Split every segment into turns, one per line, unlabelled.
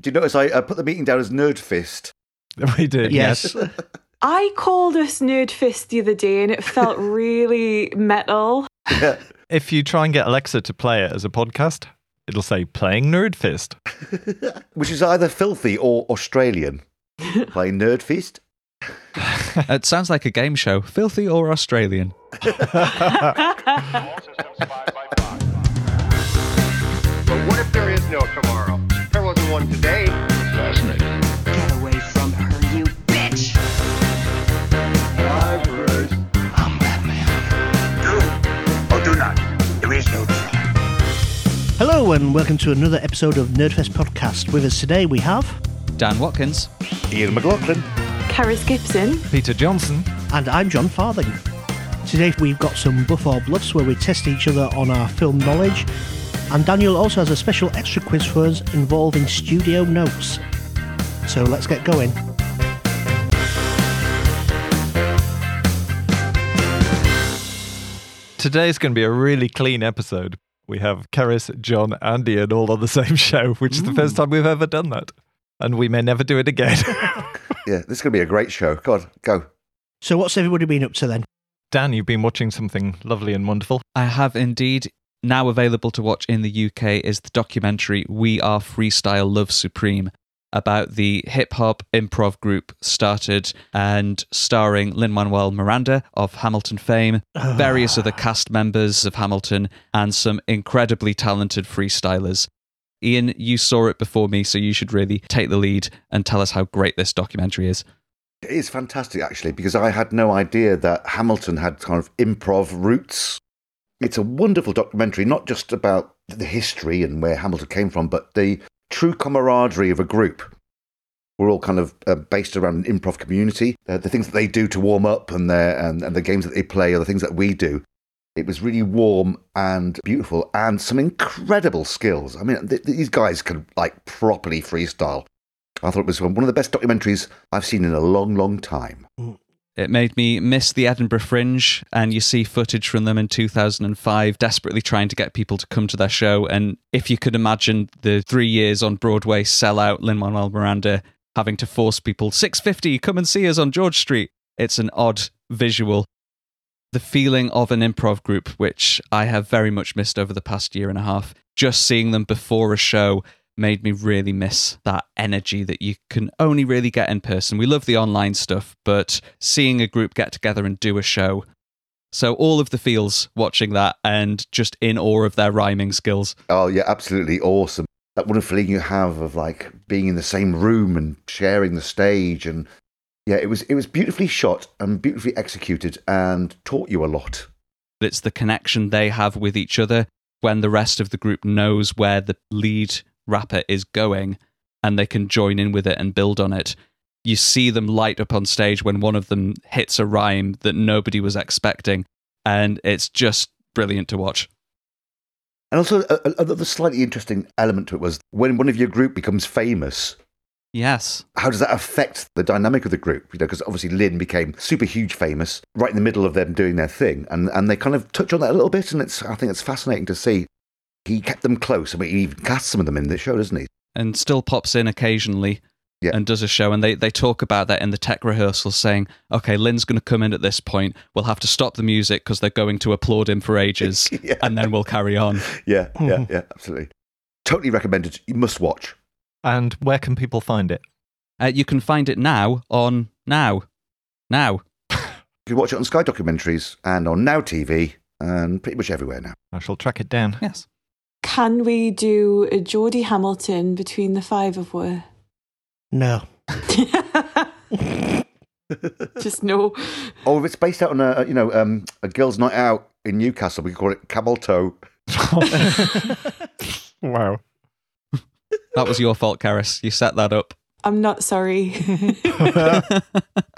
Do you notice I, I put the meeting down as Nerd Fist?
We did. Yes.
I called us Nerd Fist the other day and it felt really metal.
Yeah.
if you try and get Alexa to play it as a podcast, it'll say playing Nerd Fist.
Which is either filthy or Australian. Play Nerd Fist?
It sounds like a game show, filthy or Australian.
But what if there is no tomorrow? There wasn't one today.
Get away from her, you bitch! I'm Batman.
Hello and welcome to another episode of Nerdfest Podcast. With us today we have,
Dan Watkins.
Ian McLaughlin.
Karis Gibson.
Peter Johnson.
and I'm John Farthing. Today we've got some Buff or Bluffs where we test each other on our film knowledge, and Daniel also has a special extra quiz for us involving studio notes. So let's get going.
Today's going to be a really clean episode. We have Keris, John, Andy, and all on the same show, which is the first time we've ever done that. And we may never do it again.
Yeah, this is going to be a great show. God, go.
So what's everybody been up to then?
Dan, you've been watching something lovely and wonderful.
I have indeed. Now available to watch in the UK is the documentary We Are Freestyle Love Supreme about the hip hop improv group started and starring Lin Manuel Miranda of Hamilton fame, various other cast members of Hamilton, and some incredibly talented freestylers. Ian, you saw it before me, so you should really take the lead and tell us how great this documentary is.
It is fantastic, actually, because I had no idea that Hamilton had kind of improv roots. It's a wonderful documentary, not just about the history and where Hamilton came from, but the true camaraderie of a group. We're all kind of uh, based around an improv community. Uh, the things that they do to warm up and, their, and, and the games that they play are the things that we do. It was really warm and beautiful and some incredible skills. I mean, th- these guys can like properly freestyle. I thought it was one of the best documentaries I've seen in a long, long time.
It made me miss the Edinburgh Fringe, and you see footage from them in 2005, desperately trying to get people to come to their show. And if you could imagine the three years on Broadway sellout, Lin Manuel Miranda having to force people, 650, come and see us on George Street. It's an odd visual. The feeling of an improv group, which I have very much missed over the past year and a half, just seeing them before a show made me really miss that energy that you can only really get in person. We love the online stuff, but seeing a group get together and do a show. So all of the feels watching that and just in awe of their rhyming skills.
Oh, yeah, absolutely awesome. That wonderful feeling you have of like being in the same room and sharing the stage, and yeah, it was it was beautifully shot and beautifully executed, and taught you a lot.
It's the connection they have with each other when the rest of the group knows where the lead rapper is going and they can join in with it and build on it. You see them light up on stage when one of them hits a rhyme that nobody was expecting, and it's just brilliant to watch.
And also, a- a- another slightly interesting element to it was when one of your group becomes famous.
Yes.
How does that affect the dynamic of the group? You know, because obviously Lynn became super huge famous right in the middle of them doing their thing, and, and they kind of touch on that a little bit, and it's I think it's fascinating to see. He kept them close. I mean, he even cast some of them in the show, doesn't he?
and still pops in occasionally
Yeah.
and does a show. And they, they talk about that in the tech rehearsal, saying, okay, Lynn's going to come in at this point. We'll have to stop the music because they're going to applaud him for ages.
Yeah.
And then we'll carry on.
Yeah, yeah, yeah, absolutely. Totally recommended. You must watch.
And where can people find it?
Uh, you can find it now on Now. Now.
You can watch it on Sky Documentaries and on Now TV and pretty much everywhere now.
I shall track it down.
Yes.
Can we do a Geordie Hamilton between the five of us?
No.
Just no.
Or if it's based out on a you know um, a girls' night out in Newcastle, we could call it Camel Toe.
wow.
That was your fault, Karis. You set that up.
I'm not sorry.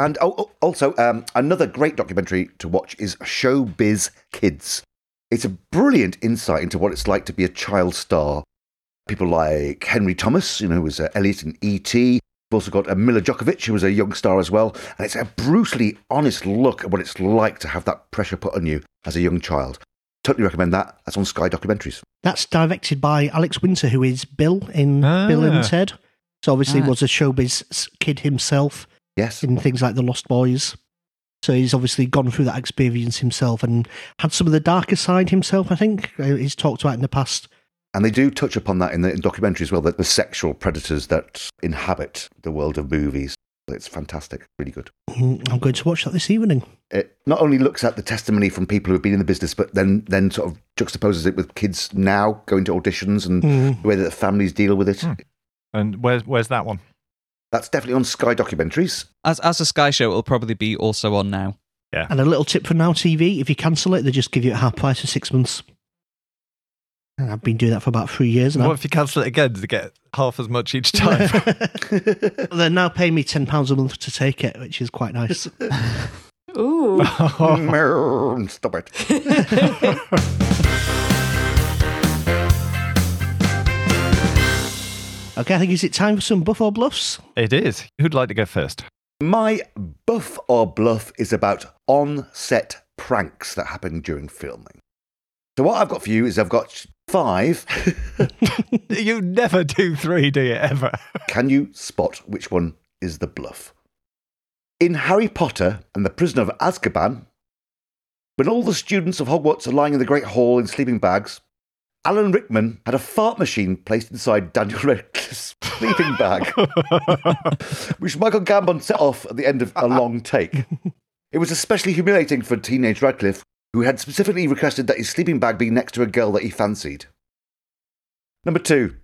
And oh, oh, also um, another great documentary to watch is Showbiz Kids. It's a brilliant insight into what it's like to be a child star. People like Henry Thomas, you know, who was uh, Elliot in E.T. We've also got uh, Mila Djokovic, who was a young star as well. And it's a brutally honest look at what it's like to have that pressure put on you as a young child. Totally recommend that. That's on Sky Documentaries.
That's directed by Alex Winter, who is Bill in
Ah.
Bill and Ted. So obviously
Right.
was a showbiz s- kid himself
Yes.
in things like The Lost Boys. So he's obviously gone through that experience himself and had some of the darker side himself, I think. Uh, He's talked about in the past.
And they do touch upon that in the documentary as well, that the sexual predators that inhabit the world of movies. It's fantastic. Really good.
Mm, I'm going to watch that this evening.
It not only looks at the testimony from people who have been in the business, but then, then sort of juxtaposes it with kids now going to auditions and
Mm.
the way that the families deal with it.
Hmm. And where's where's that one?
That's definitely on Sky Documentaries.
As as a Sky show, it'll probably be also on now.
And a little tip for Now TV if you cancel it, they just give you a half price for six months. And I've been doing that for about three years now.
What if you cancel it again to get half as much each time?
They're now paying me £10 a month to take it, which is quite nice.
Ooh.
Stop it.
okay, I think is it time for some buff or bluffs?
it is. Who'd like to go first?
My buff or bluff is about on set pranks that happen during filming. So, what I've got for you is I've got five.
You never do three, do you ever?
Can you spot which one is the bluff? In Harry Potter and the Prisoner of Azkaban, when all the students of Hogwarts are lying in the Great Hall in sleeping bags, Alan Rickman had a fart machine placed inside Daniel Radcliffe's sleeping bag, which Michael Gambon set off at the end of a long take. It was especially humiliating for teenage Radcliffe, who had specifically requested that his sleeping bag be next to a girl that he fancied. Number two,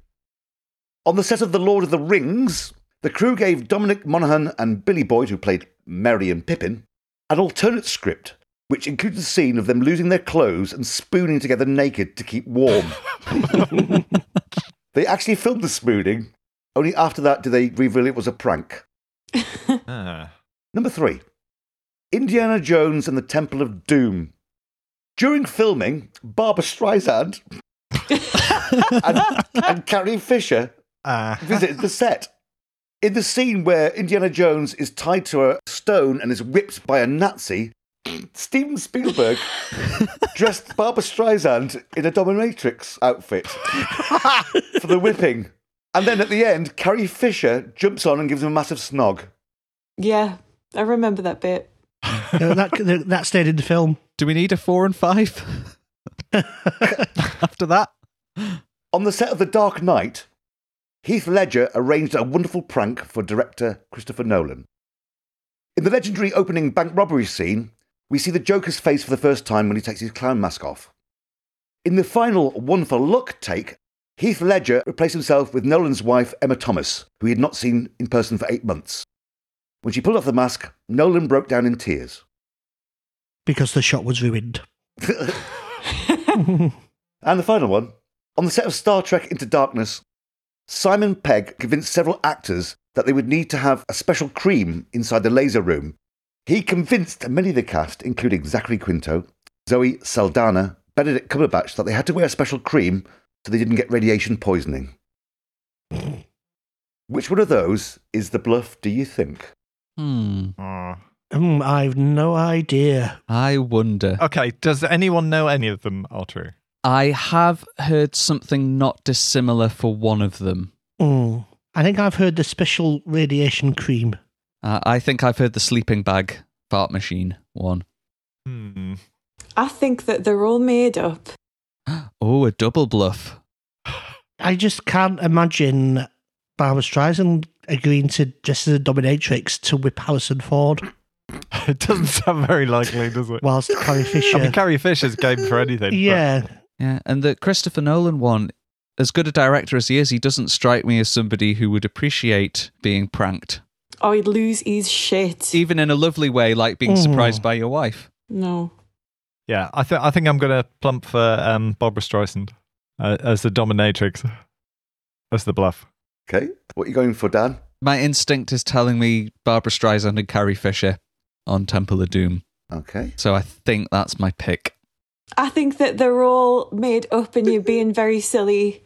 on the set of The Lord of the Rings, the crew gave Dominic Monaghan and Billy Boyd, who played Merry and Pippin, an alternate script which included a scene of them losing their clothes and spooning together naked to keep warm. they actually filmed the spooning, only after that did they reveal it was a prank.
Ah.
Number three Indiana Jones and the Temple of Doom. During filming, Barbara Streisand and, and Carrie Fisher
Ah.
visited the set. In the scene where Indiana Jones is tied to a stone and is whipped by a Nazi, Steven Spielberg dressed Barbara Streisand in a dominatrix outfit for the whipping. And then at the end, Carrie Fisher jumps on and gives him a massive snog.
Yeah, I remember that bit.
Uh, that, that, that stayed in the film.
Do we need a four and five after that?
On the set of The Dark Knight, Heath Ledger arranged a wonderful prank for director Christopher Nolan. In the legendary opening bank robbery scene, we see the Joker's face for the first time when he takes his clown mask off. In the final one for luck take, Heath Ledger replaced himself with Nolan's wife, Emma Thomas, who he had not seen in person for eight months. When she pulled off the mask, Nolan broke down in tears.
Because the shot was ruined.
And the final one. On the set of Star Trek Into Darkness, Simon Pegg convinced several actors that they would need to have a special cream inside the laser room. He convinced many of the cast, including Zachary Quinto, Zoe Saldana, Benedict Cumberbatch, that they had to wear a special cream so they didn't get radiation poisoning. Which one of those is the bluff, do you think?
Hmm.
Ah.
Mm, I've no idea.
I wonder.
Okay. Does anyone know any of them are true?
I have heard something not dissimilar for one of them.
Mm. I think I've heard the special radiation cream.
Uh, I think I've heard the sleeping bag fart machine one.
Hmm.
I think that they're all made up.
Oh, a double bluff.
I just can't imagine Barbara Streisand agreeing to dress as a dominatrix to whip Harrison Ford
It doesn't sound very likely, does it?
whilst Carrie Fisher.
I mean, Carrie Fisher's game for anything. but-
yeah,
Yeah, and the Christopher Nolan one, as good a director as he is, he doesn't strike me as somebody who would appreciate being pranked,
Or Oh, he'd lose his shit.
even in a lovely way, like being
Mm.
surprised by your wife.
No.
Yeah, I think I think I'm gonna plump for um, Barbara Streisand uh, as the dominatrix, as the bluff.
Okay. What are you going for, Dan?
My instinct is telling me Barbara Streisand and Carrie Fisher on Temple of Doom,
Okay.
so I think that's my pick.
I think that they're all made up and you're being very silly.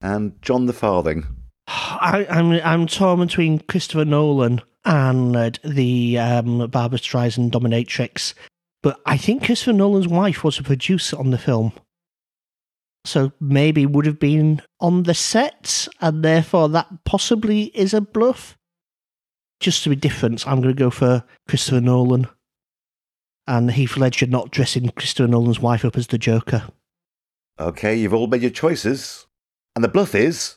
And John the Farthing.
I, I'm I'm torn between Christopher Nolan and uh, the um, Barbara Streisand dominatrix, but I think Christopher Nolan's wife was a producer on the film. So maybe would have been on the set, and therefore that possibly is a bluff. Just to be different, I'm going to go for Christopher Nolan and Heath Ledger not dressing Christopher Nolan's wife up as the Joker.
Okay, you've all made your choices. And the bluff is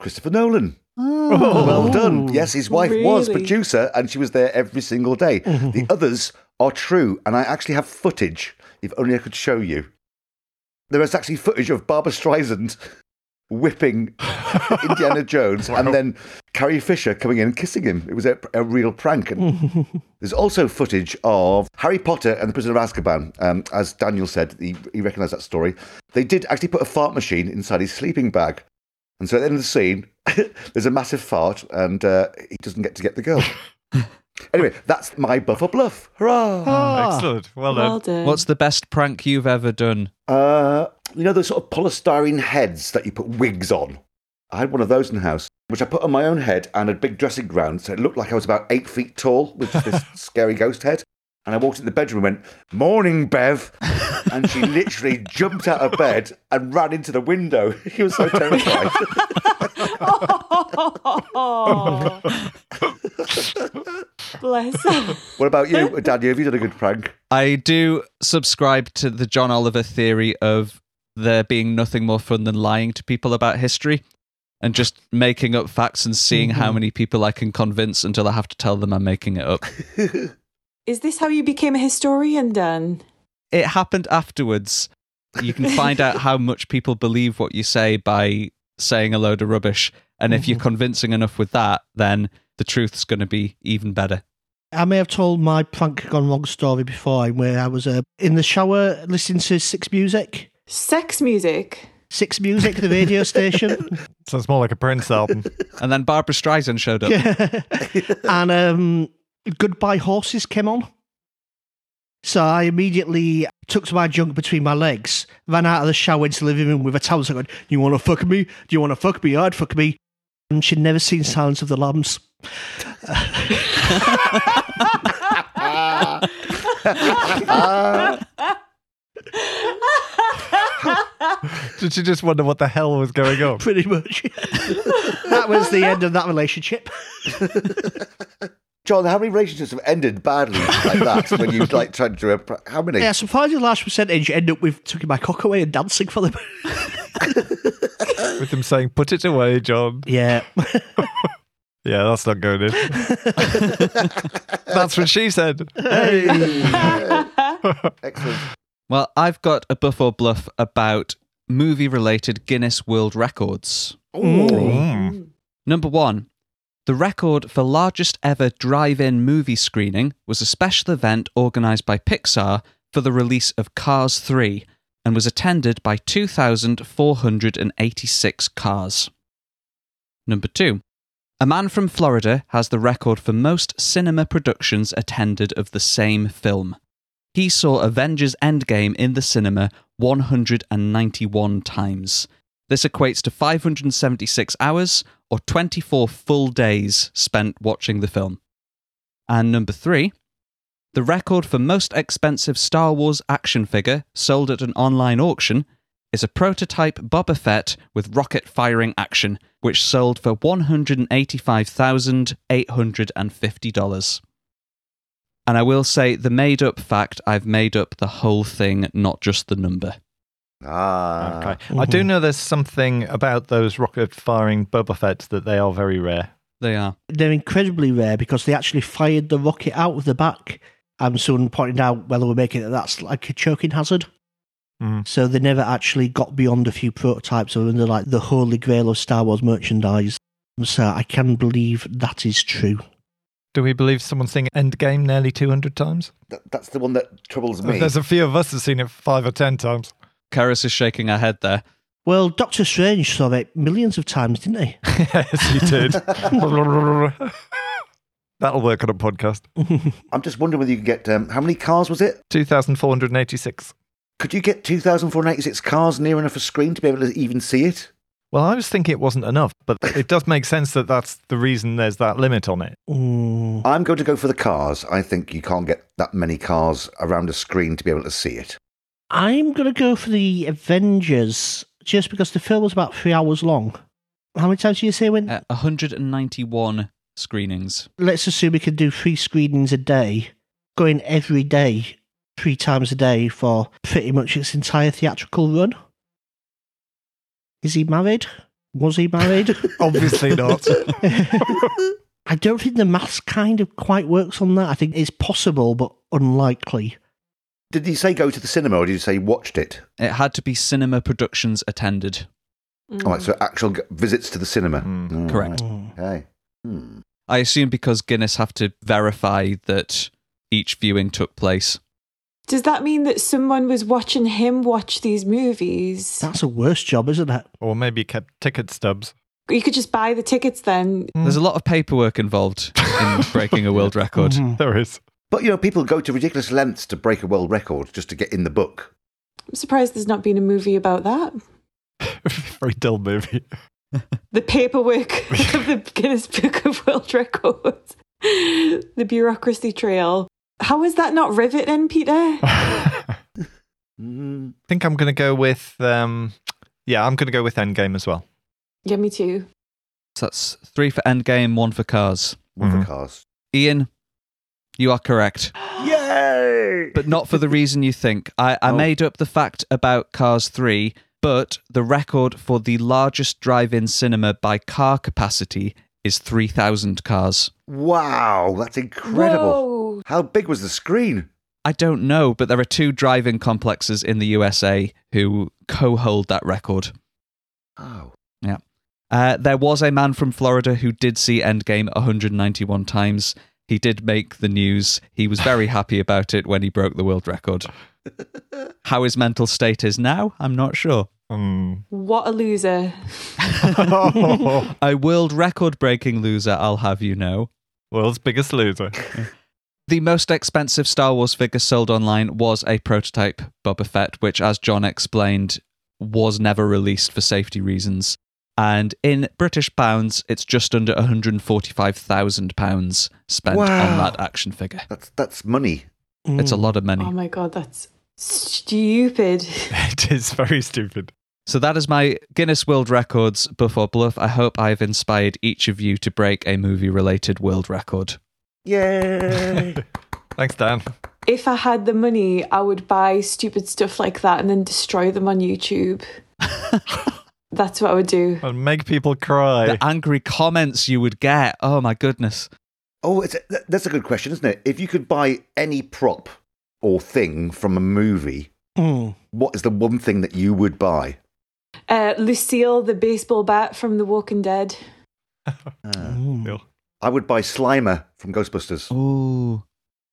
Christopher Nolan. Well done. Yes, his wife was
Really?
producer and she was there every single day. the others are true, and I actually have footage, if only I could show you. There is actually footage of Barbara Streisand whipping Indiana Jones and then Carrie Fisher coming in and kissing him. It was a, a real prank. And there's also footage of Harry Potter and the Prisoner of Azkaban. Um, as Daniel said, he, he recognised that story. They did actually put a fart machine inside his sleeping bag. And so at the end of the scene, there's a massive fart, and uh, he doesn't get to get the girl. anyway, that's my buff or bluff. Hurrah!
Ah.
Excellent. Well done.
Well done.
What's the best prank you've ever done?
Uh, you know those sort of polystyrene heads that you put wigs on? I had one of those in the house, which I put on my own head and a big dressing ground, so it looked like I was about eight feet tall with just this scary ghost head. And I walked in the bedroom and went, Morning, Bev. And she literally jumped out of bed and ran into the window. She was so terrified.
Bless her.
what about you, Daniel? Have you done a good prank?
I do subscribe to the John Oliver theory of there being nothing more fun than lying to people about history and just making up facts and seeing how many people I can convince until I have to tell them I'm making it up.
Is this how you became a historian, Dan?
it happened afterwards. You can find out how much people believe what you say by saying a load of rubbish. And if you're convincing enough with that, then the truth's going to be even better.
I may have told my prank gone wrong story before, where I was uh, in the shower listening to Six Music.
Sex music.
Six Music, the radio station.
Sounds more like a Prince album.
And then Barbara Streisand showed up.
and um, Goodbye Horses came on. So I immediately tucked my junk between my legs, ran out of the shower into the living room with a towel. So I going, You want to fuck me? Do you want to fuck me? I'd fuck me. And she'd never seen Silence of the Lambs.
Did you just wonder what the hell was going on?
pretty much. that was the end of that relationship.
John, how many relationships have ended badly like that when you like tried to do a pr- how many?
Yeah, surprisingly large percentage end up with taking my cock away and dancing for them.
With them saying, put it away, John.
yeah.
Yeah, that's not going in. that's what she said.
Excellent.
Well, I've got a buff or bluff about movie related Guinness World Records.
Mm.
Number one, the record for largest ever drive in movie screening was a special event organised by Pixar for the release of Cars 3 and was attended by 2,486 cars. Number two, a man from Florida has the record for most cinema productions attended of the same film. He saw Avengers Endgame in the cinema 191 times. This equates to 576 hours or 24 full days spent watching the film. And number three, the record for most expensive Star Wars action figure sold at an online auction is a prototype Boba Fett with rocket firing action, which sold for $185,850. And I will say the made up fact, I've made up the whole thing, not just the number.
Ah,
Okay. I do know there's something about those rocket firing Boba Fett that they are very rare.
They are.
They're incredibly rare because they actually fired the rocket out of the back. And someone pointed out, well, they were making it, that's like a choking hazard.
Mhm.
So they never actually got beyond a few prototypes other than like the holy grail of Star Wars merchandise. So I can believe that is true.
Do we believe someone's seen Endgame nearly 200 times?
Th- that's the one that troubles me.
There's a few of us have seen it five or 10 times.
Karis is shaking her head there.
Well, Doctor Strange saw it millions of times, didn't he?
yes, you did. That'll work on a podcast.
I'm just wondering whether you can get um, how many cars was it?
2,486.
Could you get 2,486 cars near enough a screen to be able to even see it?
Well, I was thinking it wasn't enough, but it does make sense that that's the reason there's that limit on it.
Mm.
I'm going to go for the cars. I think you can't get that many cars around a screen to be able to see it.
I'm going to go for the Avengers just because the film was about three hours long. How many times do you say when?
Uh, 191 screenings.
Let's assume we can do three screenings a day, going every day, three times a day for pretty much its entire theatrical run. Is he married? Was he married?
Obviously not.
I don't think the maths kind of quite works on that. I think it's possible, but unlikely.
Did he say go to the cinema or did he say watched it?
It had to be cinema productions attended.
All right, so actual g- visits to the cinema.
Mm.
All
Correct.
Mm.
right, Okay. Hmm.
I assume because Guinness have to verify that each viewing took place.
Does that mean that someone was watching him watch these movies?
That's a worse job, isn't it?
or maybe kept ticket stubs.
You could just buy the tickets then.
Hmm.
There's a lot of paperwork involved in breaking a world record.
Mhm.
Mm. There is.
But you know, people go to ridiculous lengths to break a world record just to get in the book.
I'm surprised there's not been a movie about that.
Very dull movie.
The paperwork of the Guinness Book of World Records, the bureaucracy trail. How is that not riveting, Peter?
Oh, I
Mm.
think I'm going to go with, um, yeah, I'm going to go with Endgame as well.
Yeah, me too.
So that's three for Endgame, one for Cars.
One for
Mhm.
cars.
Ian, you are correct,
Yay!
but not for the reason you think. I, I
Oh.
made up the fact about Cars 3, but the record for the largest drive in cinema by car capacity is 3,000 cars.
Wow, that's incredible.
Whoa.
How big was the screen?
I don't know, but there are two driving complexes in the USA who co hold that record.
Oh.
Uh, there was a man from Florida who did see Endgame 191 times. He did make the news. He was very happy about it when he broke the world record. How his mental state is now, I'm not sure.
Mm.
What a loser.
Oh.
A world record breaking loser, I'll have you know.
World's biggest loser.
The most expensive Star Wars figure sold online was a prototype Boba Fett, which, as John explained, was never released for safety reasons. And in British pounds, it's just under £145,000 spent on
Wow.
that action figure.
That's that's money.
Mm-hmm.
It's a lot of money.
Oh my God, that's stupid.
it is very stupid.
So that is my Guinness World Records buff or bluff. I hope I've inspired each of you to break a movie related world record.
Yay!
Thanks, Dan.
If I had the money, I would buy stupid stuff like that and then destroy them on YouTube. That's what I would do.
And make people cry.
The angry comments you would get. Oh my goodness.
oh, it's a, th- that's a good question, isn't it? If you could buy any prop or thing from a movie,
Mm.
what is the one thing that you would buy?
Uh, Lucille, the baseball bat from The Walking Dead.
Uh.
Mm.
Cool.
I would buy Slimer from Ghostbusters.
Oh. Ooh.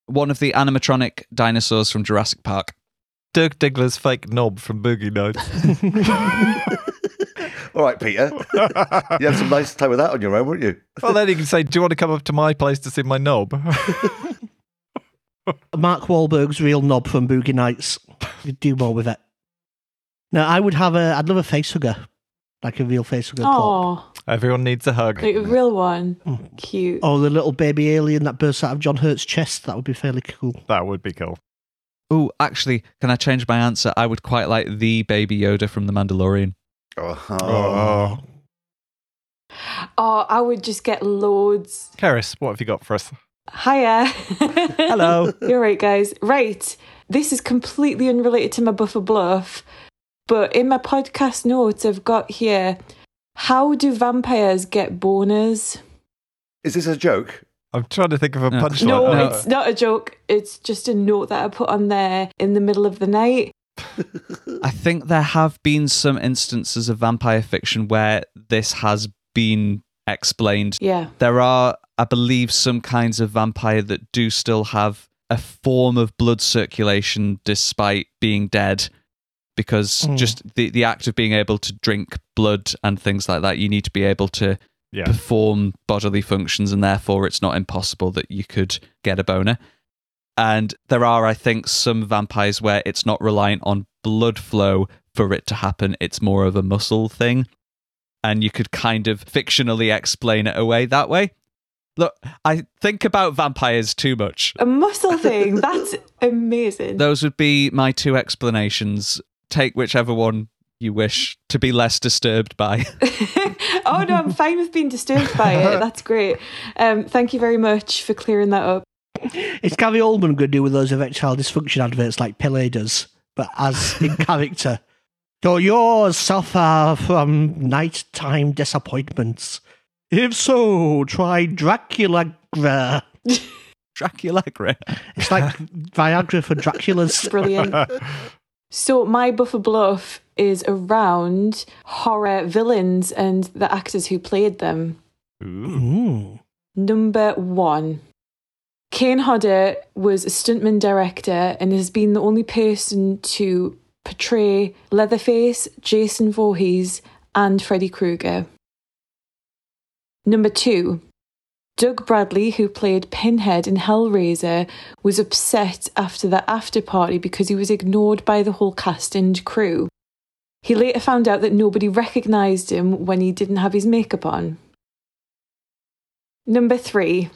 One of the animatronic dinosaurs from Jurassic Park.
Dirk Diggler's fake knob from Boogie Nights.
Mm.
All right, Peter. you had some nice time with that on your own, weren't you?
well, then you can say, Do you want to come up to my place to see my knob?
Mark Wahlberg's real knob from Boogie Nights. You'd do more with it. No, I would have a. I'd love a face hugger, like a real face hugger. prop.
Oh,
Everyone needs a hug.
like a real one.
Mm.
Cute.
Or the little baby alien that bursts out of John Hurt's chest. That would be fairly cool.
That would be cool.
Ooh, actually, can I change my answer? I would quite like the baby Yoda from The Mandalorian.
Uh-huh.
Oh.
Oh, I would just get loads.
Karis, what have you got for us?
Hiya.
Hello.
You're right, guys. Right. This is completely unrelated to my buffer bluff, but in my podcast notes, I've got here how do vampires get boners?
Is this a joke?
I'm trying to think of a
No.
punchline. Uh,
No,
No.
it's not a joke. It's just a note that I put on there in the middle of the night.
I think there have been some instances of vampire fiction where this has been explained
Yeah.
There are, I believe, some kinds of vampire that do still have a form of blood circulation despite being dead. Because
Mm.
just the, the act of being able to drink blood and things like that, you need to be able to
Yeah.
perform bodily functions, and therefore it's not impossible that you could get a boner. And there are, I think, some vampires where it's not reliant on blood flow for it to happen, it's more of a muscle thing. And you could kind of fictionally explain it away that way. Look, I think about vampires too much.
A muscle thing. That's amazing.
Those would be my two explanations. Take whichever one you wish to be less disturbed by.
oh no, I'm fine with being disturbed by it. That's great. Um, thank you very much for clearing that up.
It's Gary Oldman going to do with those erectile dysfunction adverts like Pele does, but as in character. Do you suffer from nighttime disappointments? If so, try Dracula. It's
Dracula Grey.
like Viagra for Dracula's.
Brilliant. so my buffer bluff is around horror villains and the actors who played them.
Ooh.
Ooh.
Number one. Kane Hodder was a stuntman director and has been the only person to portray Leatherface, Jason Voorhees, and Freddy Krueger. Number two. Doug Bradley, who played Pinhead in Hellraiser, was upset after the after party because he was ignored by the whole cast and crew. He later found out that nobody recognised him when he didn't have his makeup on. Number three.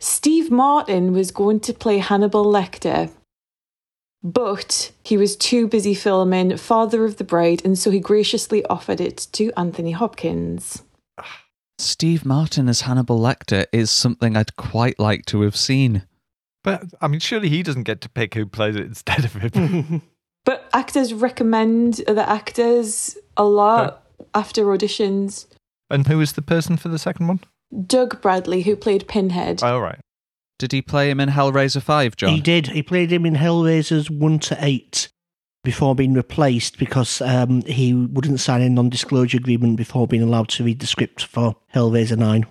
Steve Martin was going to play Hannibal Lecter, but he was too busy filming Father of the Bride, and so he graciously offered it to Anthony Hopkins.
Steve Martin as Hannibal Lecter is something I'd quite like to have seen.
But I mean, surely he doesn't get to pick who plays it instead of him.
But actors recommend other actors a lot after auditions.
and who is the person for the second one?
Doug Bradley, who played Pinhead,
All right.
Did he play him in Hellraiser 5, John?
He did. He played him in Hellraiser's 1 to 8 before being replaced because um, he wouldn't sign a non disclosure agreement before being allowed to read the script for Hellraiser 9.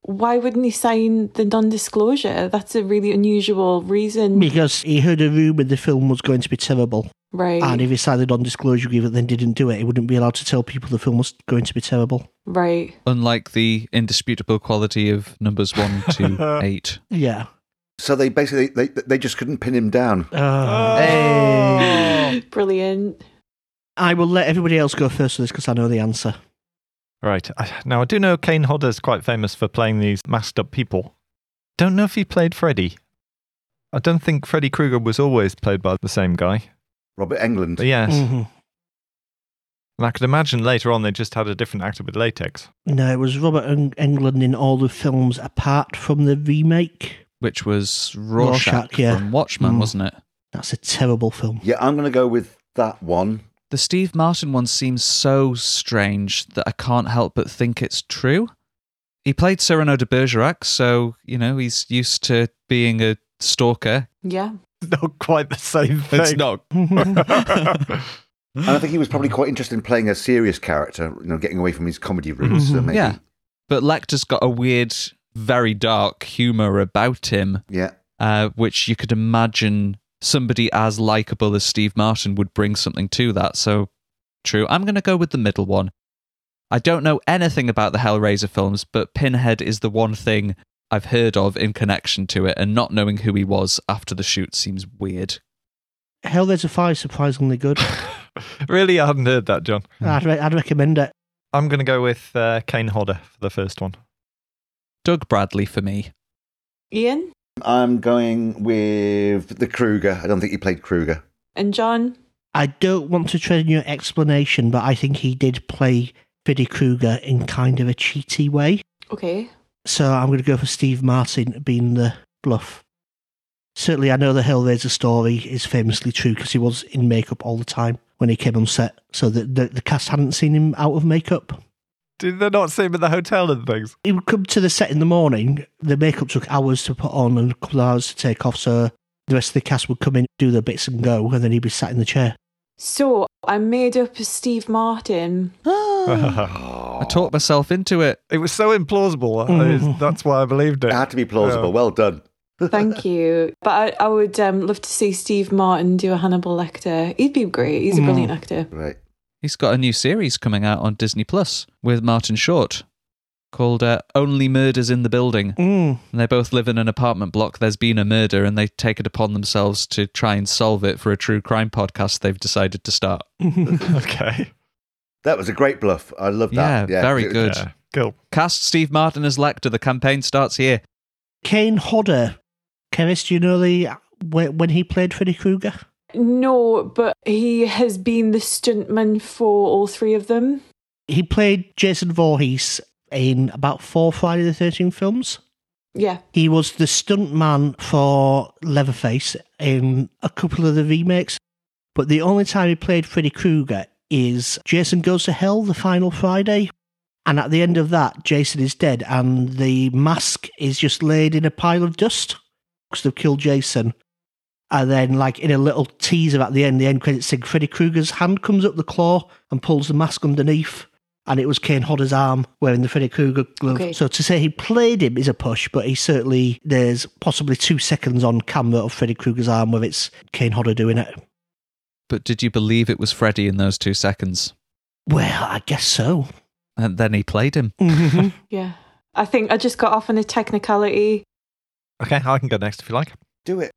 why wouldn't he sign the non disclosure? That's a really unusual reason.
Because he heard a rumour the film was going to be terrible.
Right.
And if he signed a non disclosure agreement, then didn't do it, he wouldn't be allowed to tell people the film was going to be terrible.
Right.
Unlike the indisputable quality of numbers 1 to 8.
Yeah.
So they basically they they just couldn't pin him down.
Uh,
Hey.
Brilliant.
I will let everybody else go first for this because I know the answer.
Right. I- Now, I do know Kane Hodder's quite famous for playing these masked up people. Don't know if he played Freddy. I don't think Freddy Krueger was always played by the same guy.
Robert England.
But yes.
Mhm.
And I could imagine later on they just had a different actor with latex.
No, it was Robert Eng- England in all the films apart from the remake.
Which was Rorschach,
Rorschach, yeah.
from Watchmen,
Mm.
wasn't it?
That's a terrible film.
Yeah, I'm going to go with that one.
The Steve Martin one seems so strange that I can't help but think it's true. He played Cyrano de Bergerac, so, you know, he's used to being a stalker.
Yeah.
Not quite the same thing.
It's not.
And I think he was probably quite interested in playing a serious character, you know, getting away from his comedy roots. so maybe-
Mm-hmm. Yeah. But Lecter's got a weird, very dark humour about him,
Yeah.
uh, which you could imagine somebody as likable as Steve Martin would bring something to that. So true. I'm going to go with the middle one. I don't know anything about the Hellraiser films, but Pinhead is the one thing I've heard of in connection to it, and not knowing who he was after the shoot seems weird.
Hellraiser 5 is surprisingly good.
really, I hadn't heard that, John.
I'd, re- I'd recommend it.
I'm going to go with uh, Kane Hodder for the first one.
Doug Bradley for me.
Ian
I'm going with the Kruger. I don't think he played Kruger.
and John.
I don't want to tread on your explanation, but I think he did play Freddy Krueger in kind of a cheaty way.
Okay.
So I'm going to go for Steve Martin being the bluff. Certainly, I know the Hellraiser story is famously true because he was in makeup all the time when he came on set. So the, the, the cast hadn't seen him out of makeup.
Did they not see him at the hotel and things?
He would come to the set in the morning. The makeup took hours to put on and a couple of hours to take off. So the rest of the cast would come in, do their bits and go, and then he'd be sat in the chair.
So I made up Steve Martin.
I talked myself into it.
It was so implausible. I- That's why I believed it.
It had to be plausible.
Oh.
Yeah.
Well done.
Thank you. But I, I would um, love to see Steve Martin do a Hannibal Lecter. He'd be great. He's a brilliant actor.
Right.
He's got a new series coming out on Disney Plus with Martin Short called uh, Only Murders in the Building.
Mm.
And they both live in an apartment block. There's been a murder, and they take it upon themselves to try and solve it for a true crime podcast they've decided to start.
okay.
That was a great bluff. I love
Yeah,
that. 'cause
very
it-
good.
Yeah, cool.
Cast Steve Martin as Lecter. The campaign starts here.
Kane Hodder. Keris, do you know the when when he played Freddy Krueger?
No, but he has been the stuntman for all three of them.
He played Jason Voorhees in about four Friday the 13th films.
Yeah.
He was the stuntman for Leatherface in a couple of the remakes, but the only time he played Freddy Krueger is Jason Goes to Hell, the final Friday. And at the end of that, Jason is dead, and the mask is just laid in a pile of dust because they've killed Jason. And then, like in a little teaser at the end, the end credits sing Freddy Krueger's hand comes up the claw and pulls the mask underneath, and it was Kane Hodder's arm wearing the Freddy Krueger glove.
Okay.
So to say he played him is a push, but he certainly there's possibly two seconds on camera of Freddy Krueger's arm where it's Kane Hodder doing it.
But did you believe it was Freddy in those two seconds?
Well, I guess so.
And then he played him. Mm-hmm.
Mhm.
Yeah. I think I just got off on a technicality.
Okay, I can go next if you like.
Do it.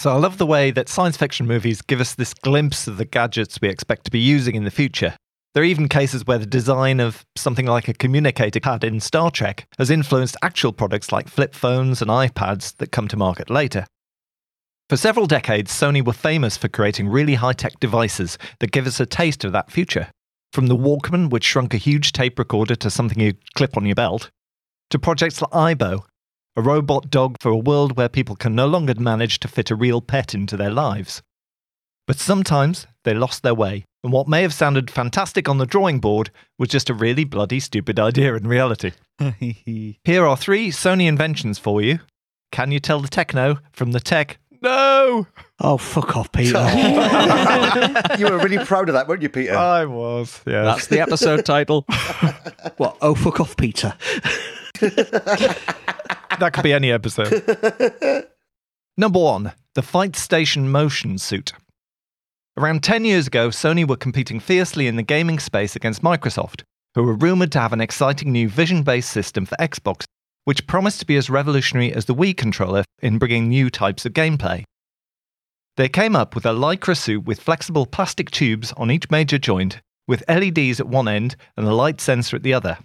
So I love the way that science fiction movies give us this glimpse of the gadgets we expect to be using in the future. There are even cases where the design of something like a communicator pad in Star Trek has influenced actual products like flip phones and iPads that come to market later. For several decades, Sony were famous for creating really high tech devices that give us a taste of that future. From the Walkman, which shrunk a huge tape recorder to something you clip on your belt, to projects like Ibo, a robot dog for a world where people can no longer manage to fit a real pet into their lives. But sometimes they lost their way, and what may have sounded fantastic on the drawing board was just a really bloody stupid idea in reality. Here are three Sony inventions for you. Can you tell the techno from the tech? No!
oh, fuck off, Peter.
you were really proud of that, weren't you, Peter?
Uh,
I was, yes.
That's the episode title.
what? Oh, fuck off, Peter.
that could be any episode. Number one, the Fight Station motion suit. Around 10 years ago, Sony were competing fiercely in the gaming space against Microsoft, who were rumored to have an exciting new vision based system for Xbox, which promised to be as revolutionary as the Wii controller in bringing new types of gameplay. They came up with a Lycra suit with flexible plastic tubes on each major joint, with LEDs at one end and a light sensor at the other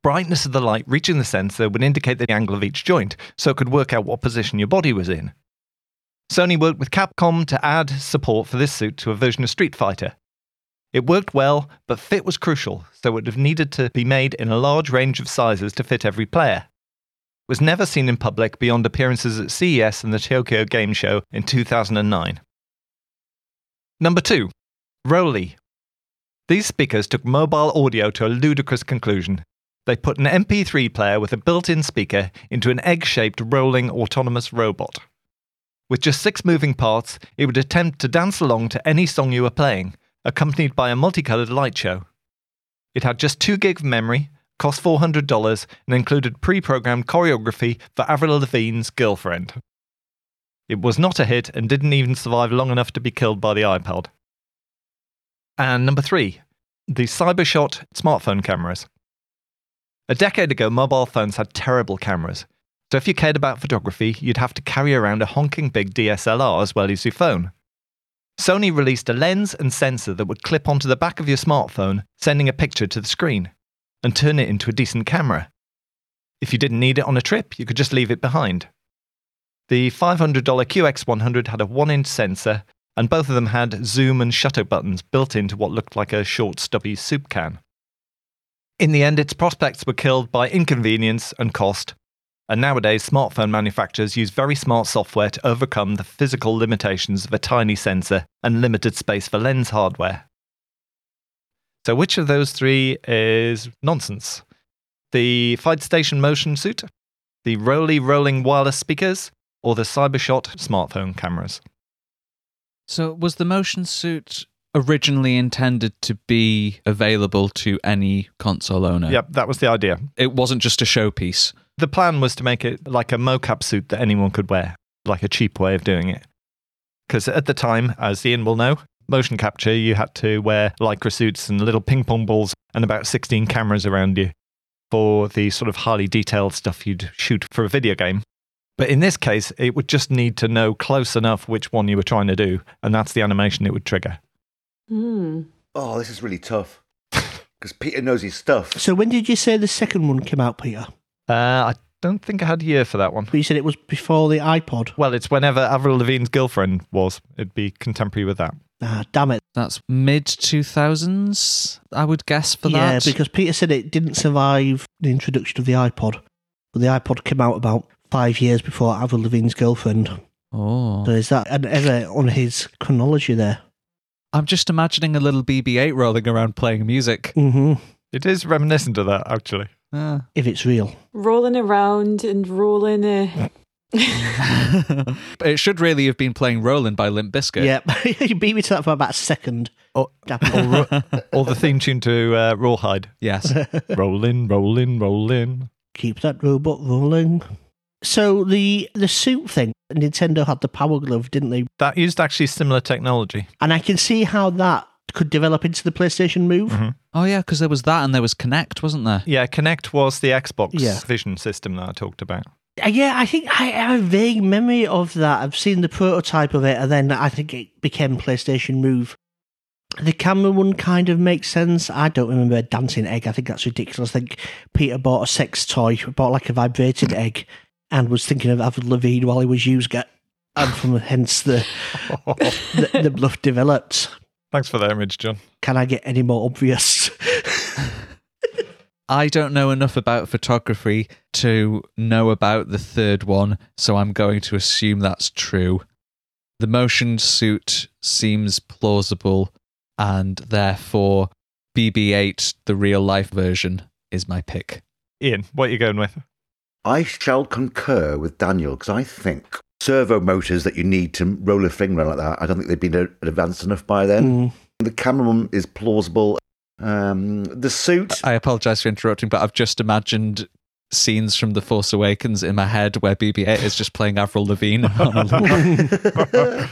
brightness of the light reaching the sensor would indicate the angle of each joint, so it could work out what position your body was in. Sony worked with Capcom to add support for this suit to a version of Street Fighter. It worked well, but fit was crucial, so it would have needed to be made in a large range of sizes to fit every player. It was never seen in public beyond appearances at CES and the Tokyo Game Show in 2009. Number 2. Roly. These speakers took mobile audio to a ludicrous conclusion they put an MP3 player with a built in speaker into an egg shaped rolling autonomous robot. With just six moving parts, it would attempt to dance along to any song you were playing, accompanied by a multicolored light show. It had just 2 gig of memory, cost $400, and included pre programmed choreography for Avril Lavigne's girlfriend. It was not a hit and didn't even survive long enough to be killed by the iPod. And number three, the Cybershot smartphone cameras. A decade ago, mobile phones had terrible cameras. So if you cared about photography, you'd have to carry around a honking big DSLR as well as your phone. Sony released a lens and sensor that would clip onto the back of your smartphone, sending a picture to the screen, and turn it into a decent camera. If you didn't need it on a trip, you could just leave it behind. The $500 QX100 had a 1 inch sensor, and both of them had zoom and shutter buttons built into what looked like a short, stubby soup can. In the end, its prospects were killed by inconvenience and cost. And nowadays, smartphone manufacturers use very smart software to overcome the physical limitations of a tiny sensor and limited space for lens hardware. So, which of those three is nonsense? The Fight Station motion suit, the Roly rolling wireless speakers, or the Cybershot smartphone cameras?
So, was the motion suit originally intended to be available to any console owner?
Yep, that was the idea.
It wasn't just a showpiece.
The plan was to make it like a mocap suit that anyone could wear, like a cheap way of doing it. Because at the time, as Ian will know, motion capture, you had to wear lycra suits and little ping pong balls and about 16 cameras around you for the sort of highly detailed stuff you'd shoot for a video game. But in this case, it would just need to know close enough which one you were trying to do, and that's the animation it would trigger.
Hmm.
oh, this is really tough. because Peter knows his stuff.
So when did you say the second one came out, Peter?
Uh, I don't think I had a year for that one.
But you said it was before the iPod.
Well, it's whenever Avril Lavigne's girlfriend was. It'd be contemporary with that.
Ah, damn it.
That's mid 2000s, I would guess for
yeah,
that.
because Peter said it didn't survive the introduction of the iPod. But the iPod came out about five years before Avril Lavigne's Girlfriend.
oh.
So is that an error on his chronology there?
I'm just imagining a little BB-8 rolling around playing music.
hmm
It is reminiscent of that, actually.
Ah.
If it's real.
Rolling around and rolling. Uh,
But it should really have been playing Roland by Limp Bizkit.
Yeah, you beat me to that for about a second.
Or,
Damn
or,
it.
ro- or the theme tune to uh, Rawhide.
Yes.
Rolling, rolling, rolling.
Keep that robot rolling. So the the suit thing, Nintendo had the Power Glove, didn't they?
That used actually similar technology.
And I can see how that could develop into the PlayStation Move.
Oh yeah, because there was that and there was Connect, wasn't there?
Yeah, Connect was the Xbox
Yeah.
vision system that I talked about.
Uh, Yeah, I think I have a vague memory of that. I've seen the prototype of it, and then I think it became PlayStation Move. The camera one kind of makes sense. I don't remember a dancing egg. I think that's ridiculous. I think Peter bought a sex toy, bought like a vibrating egg, and was thinking of Avril Lavigne while he was using it. And from hence the, the the bluff developed.
Thanks for that image, John.
Can I get any more obvious?
I don't know enough about photography to know about the third one, so I'm going to assume that's true. The motion suit seems plausible, and therefore BB 8, the real life version, is my pick.
Ian, what are you going with?
I shall concur with Daniel because I think servo motors that you need to roll a thing around like that, I don't think they've been a- advanced enough by then.
Mm.
The cameraman is plausible. Um, the suit,
I apologize for interrupting, but I've just imagined scenes from The Force Awakens in my head where BB 8 is just playing Avril Lavigne. on a loop.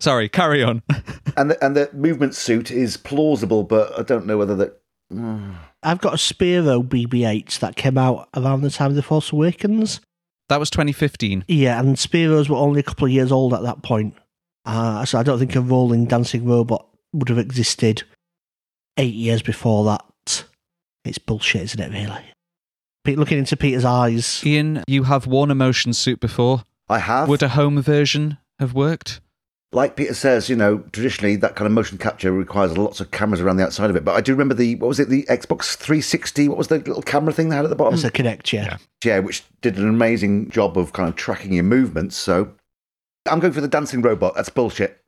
Sorry, carry on.
and the, and the movement suit is plausible, but I don't know whether that.
I've got a Spearow BB-8 that came out around the time of The Force Awakens.
That was 2015.
Yeah, and Spiros were only a couple of years old at that point. Uh, so I don't think a rolling dancing robot would have existed eight years before that. It's bullshit, isn't it, really? Pete, looking into Peter's eyes.
Ian, you have worn a motion suit before.
I have.
Would a home version have worked?
like Peter says, you know, traditionally that kind of motion capture requires lots of cameras around the outside of it. But I do remember the what was it, the Xbox 360? What was the little camera thing they had at the bottom?
That's a connect, yeah.
Yeah.
yeah, which did an amazing job of kind of tracking your movements. So I'm going for the dancing robot. That's bullshit.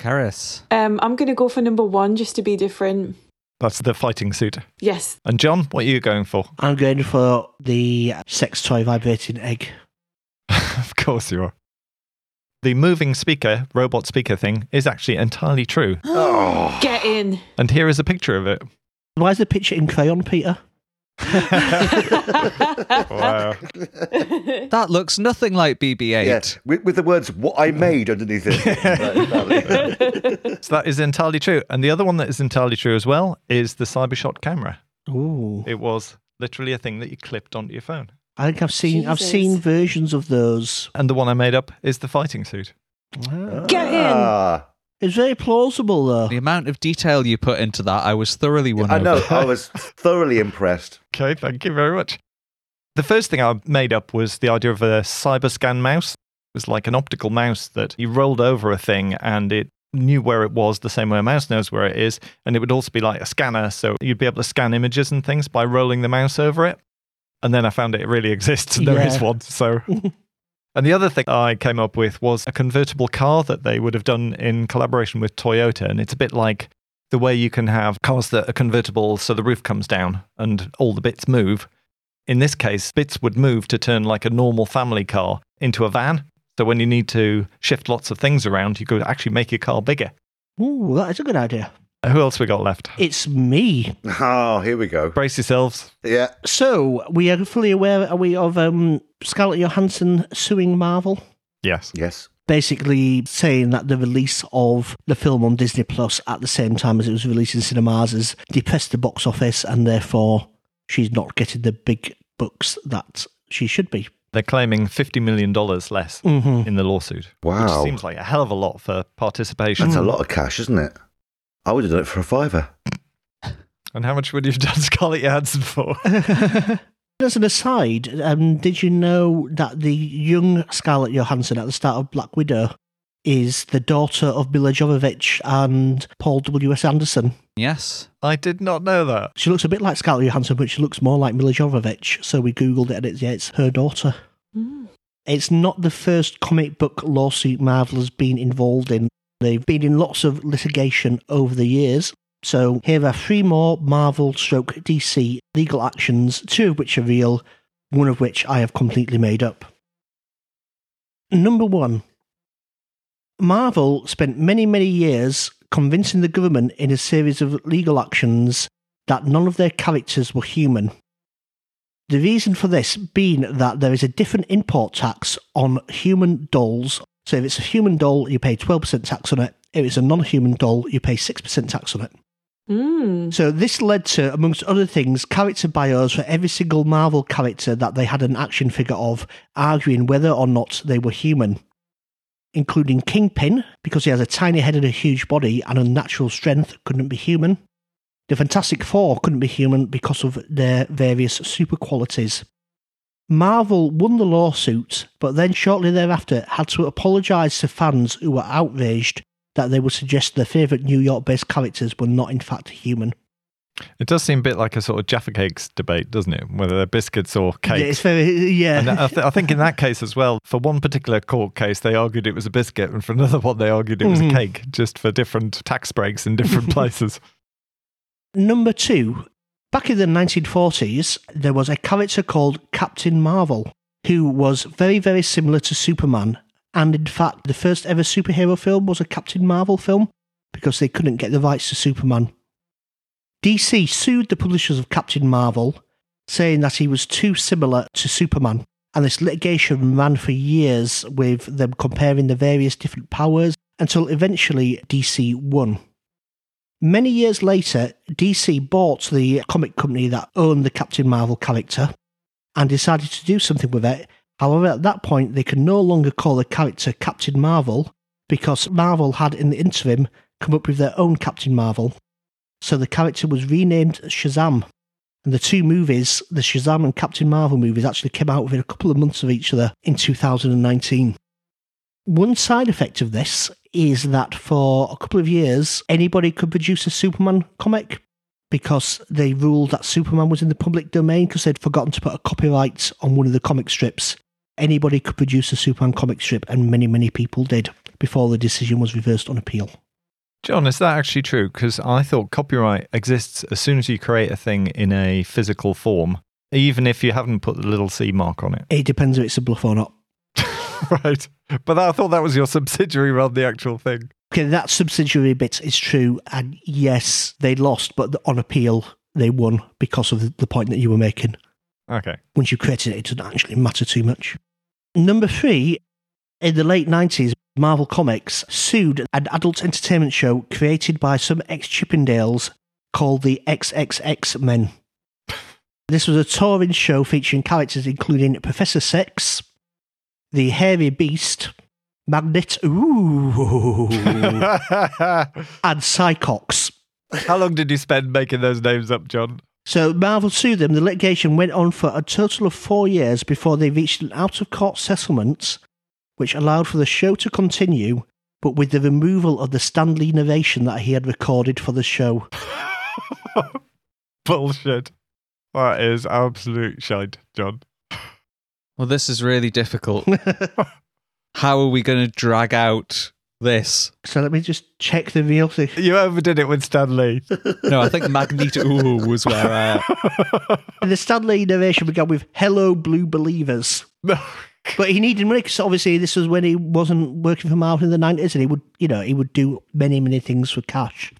Karis.
um, I'm going to go for number one just to be different.
That's the fighting suit.
Yes.
And John, what are you going for?
I'm going for the sex toy vibrating egg.
of course you are. The moving speaker, robot speaker thing is actually entirely true.
Oh,
Get in.
And here is a picture of it.
Why is the picture in crayon, Peter?
Wow.
That looks nothing like BB 8.
yeah, with, with the words "what I made" underneath it.
so that is entirely true. And the other one that is entirely true as well is the Cybershot camera.
Ooh.
It was literally a thing that you clipped onto your phone.
I think I've seen I've
Jesus.
seen versions of those.
And the one I made up is the fighting suit.
Get in.
Ah,
It's very plausible though.
The amount of detail you put into that, I was thoroughly won
I
over.
know. I was thoroughly impressed.
Okay, thank you very much. The first thing I made up was the idea of a cyberscan mouse. It was like an optical mouse that you rolled over a thing and it knew where it was the same way a mouse knows where it is. And it would also be like a scanner. So you'd be able to scan images and things by rolling the mouse over it. And then I found it really exists and there is
Yeah.
one. So. And the other thing I came up with was a convertible car that they would have done in collaboration with Toyota. And it's a bit like the way you can have cars that are convertible so the roof comes down and all the bits move. In this case, bits would move to turn like a normal family car into a van. So when you need to shift lots of things around, you could actually make your car bigger.
Ooh, that is a good idea.
Who else we got left?
It's me.
Oh, here we go.
Brace yourselves.
Yeah,
So we are fully aware, are we, of um, Scarlett Johansson suing Marvel,
Yes.
yes.
basically saying that the release of the film on Disney Plus at the same time as it was released in cinemas has depressed the box office, and therefore she's not getting the big bucks that she should be.
They're claiming $50 million less
Mm-hmm.
in the lawsuit.
Wow.
Which seems like Hmm. a hell of a lot for participation.
That's a lot of cash, isn't it? I would have done it for a fiver.
And how much would you have done Scarlett Johansson for?
As an aside, um, did you know that the young Scarlett Johansson at the start of Black Widow is the daughter of Mila Jovovich and Paul W.S. Anderson?
Yes.
I did not know that.
She looks a bit like Scarlett Johansson, but she looks more like Mila Jovovich. So we googled it, and it's yeah, it's her daughter.
Hmm.
It's not the first comic book lawsuit Marvel has been involved in. They've been in lots of litigation over the years. So here are three more Marvel stroke DC legal actions, two of which are real, one of which I have completely made up. Number one Marvel spent many, many years convincing the government in a series of legal actions that none of their characters were human. The reason for this being that there is a different import tax on human dolls. So if it's a human doll, you pay 12% tax on it. If it's a non human doll, you pay 6% tax on it.
Mm.
So this led to, amongst other things, character bios for every single Marvel character that they had an action figure of, arguing whether or not they were human, including Kingpin because he has a tiny head and a huge body and unnatural strength, couldn't be human. The Fantastic Four couldn't be human because of their various super qualities. Marvel won the lawsuit, but then shortly thereafter had to apologise to fans who were outraged that they would suggest their favourite New York based characters were not in fact human.
It does seem a bit like a sort of Jaffa Cakes debate, doesn't it? Whether they're biscuits or
Yeah, it's
cakes.
very, yeah.
and I, th- I think in that case as well, for one particular court case, they argued it was a biscuit, and for another one, they argued it was
Mhm.
a cake, just for different tax breaks in different places.
Number two, back in the 1940s, there was a character called Captain Marvel, who was very, very similar to Superman. And in fact, the first ever superhero film was a Captain Marvel film because they couldn't get the rights to Superman. DC sued the publishers of Captain Marvel, saying that he was too similar to Superman. And this litigation ran for years with them comparing the various different powers until eventually DC won. Many years later, DC bought the comic company that owned the Captain Marvel character and decided to do something with it. However, at that point, they could no longer call the character Captain Marvel because Marvel had, in the interim, come up with their own Captain Marvel. So the character was renamed Shazam. And the two movies, the Shazam and Captain Marvel movies, actually came out within a couple of months of each other in 2019. One side effect of this is that for a couple of years, anybody could produce a Superman comic because they ruled that Superman was in the public domain because they'd forgotten to put a copyright on one of the comic strips. Anybody could produce a Superman comic strip, and many, many people did before the decision was reversed on appeal.
John, is that actually true? Because I thought copyright exists as soon as you create a thing in a physical form, even if you haven't put the little C mark on it.
It depends if it's a bluff or not.
right. But I thought that was your subsidiary rather than the actual thing.
Okay, that subsidiary bit is true, and yes, they lost, but on appeal, they won because of the point that you were making.
Okay.
once you've created it, it doesn't actually matter too much. Number three, in the late 90s, Marvel Comics sued an adult entertainment show created by some ex Chippendales called the XXX Men. This was a touring show featuring characters including Professor Sex, the Hairy Beast, Magnet, ooh,
How
and Psycox.
long did you spend making those names up, John?
So Marvel sued them. The litigation went on for a total of four years before they reached an out of court settlement, which allowed for the show to continue, but with the removal of the Stanley narration that he had recorded for the show.
Bullshit. That is absolute shite, John.
Well, this is really difficult. How are we going to drag out this?
So let me just check the real thing.
You overdid it with Stan Lee.
No, I think Magneto Ooh was where uh, I.
The Stanley narration began with "Hello, Blue Believers," but he needed money because obviously this was when he wasn't working for Marvel in the nineties, and he would, you know, he would do many, many things for cash.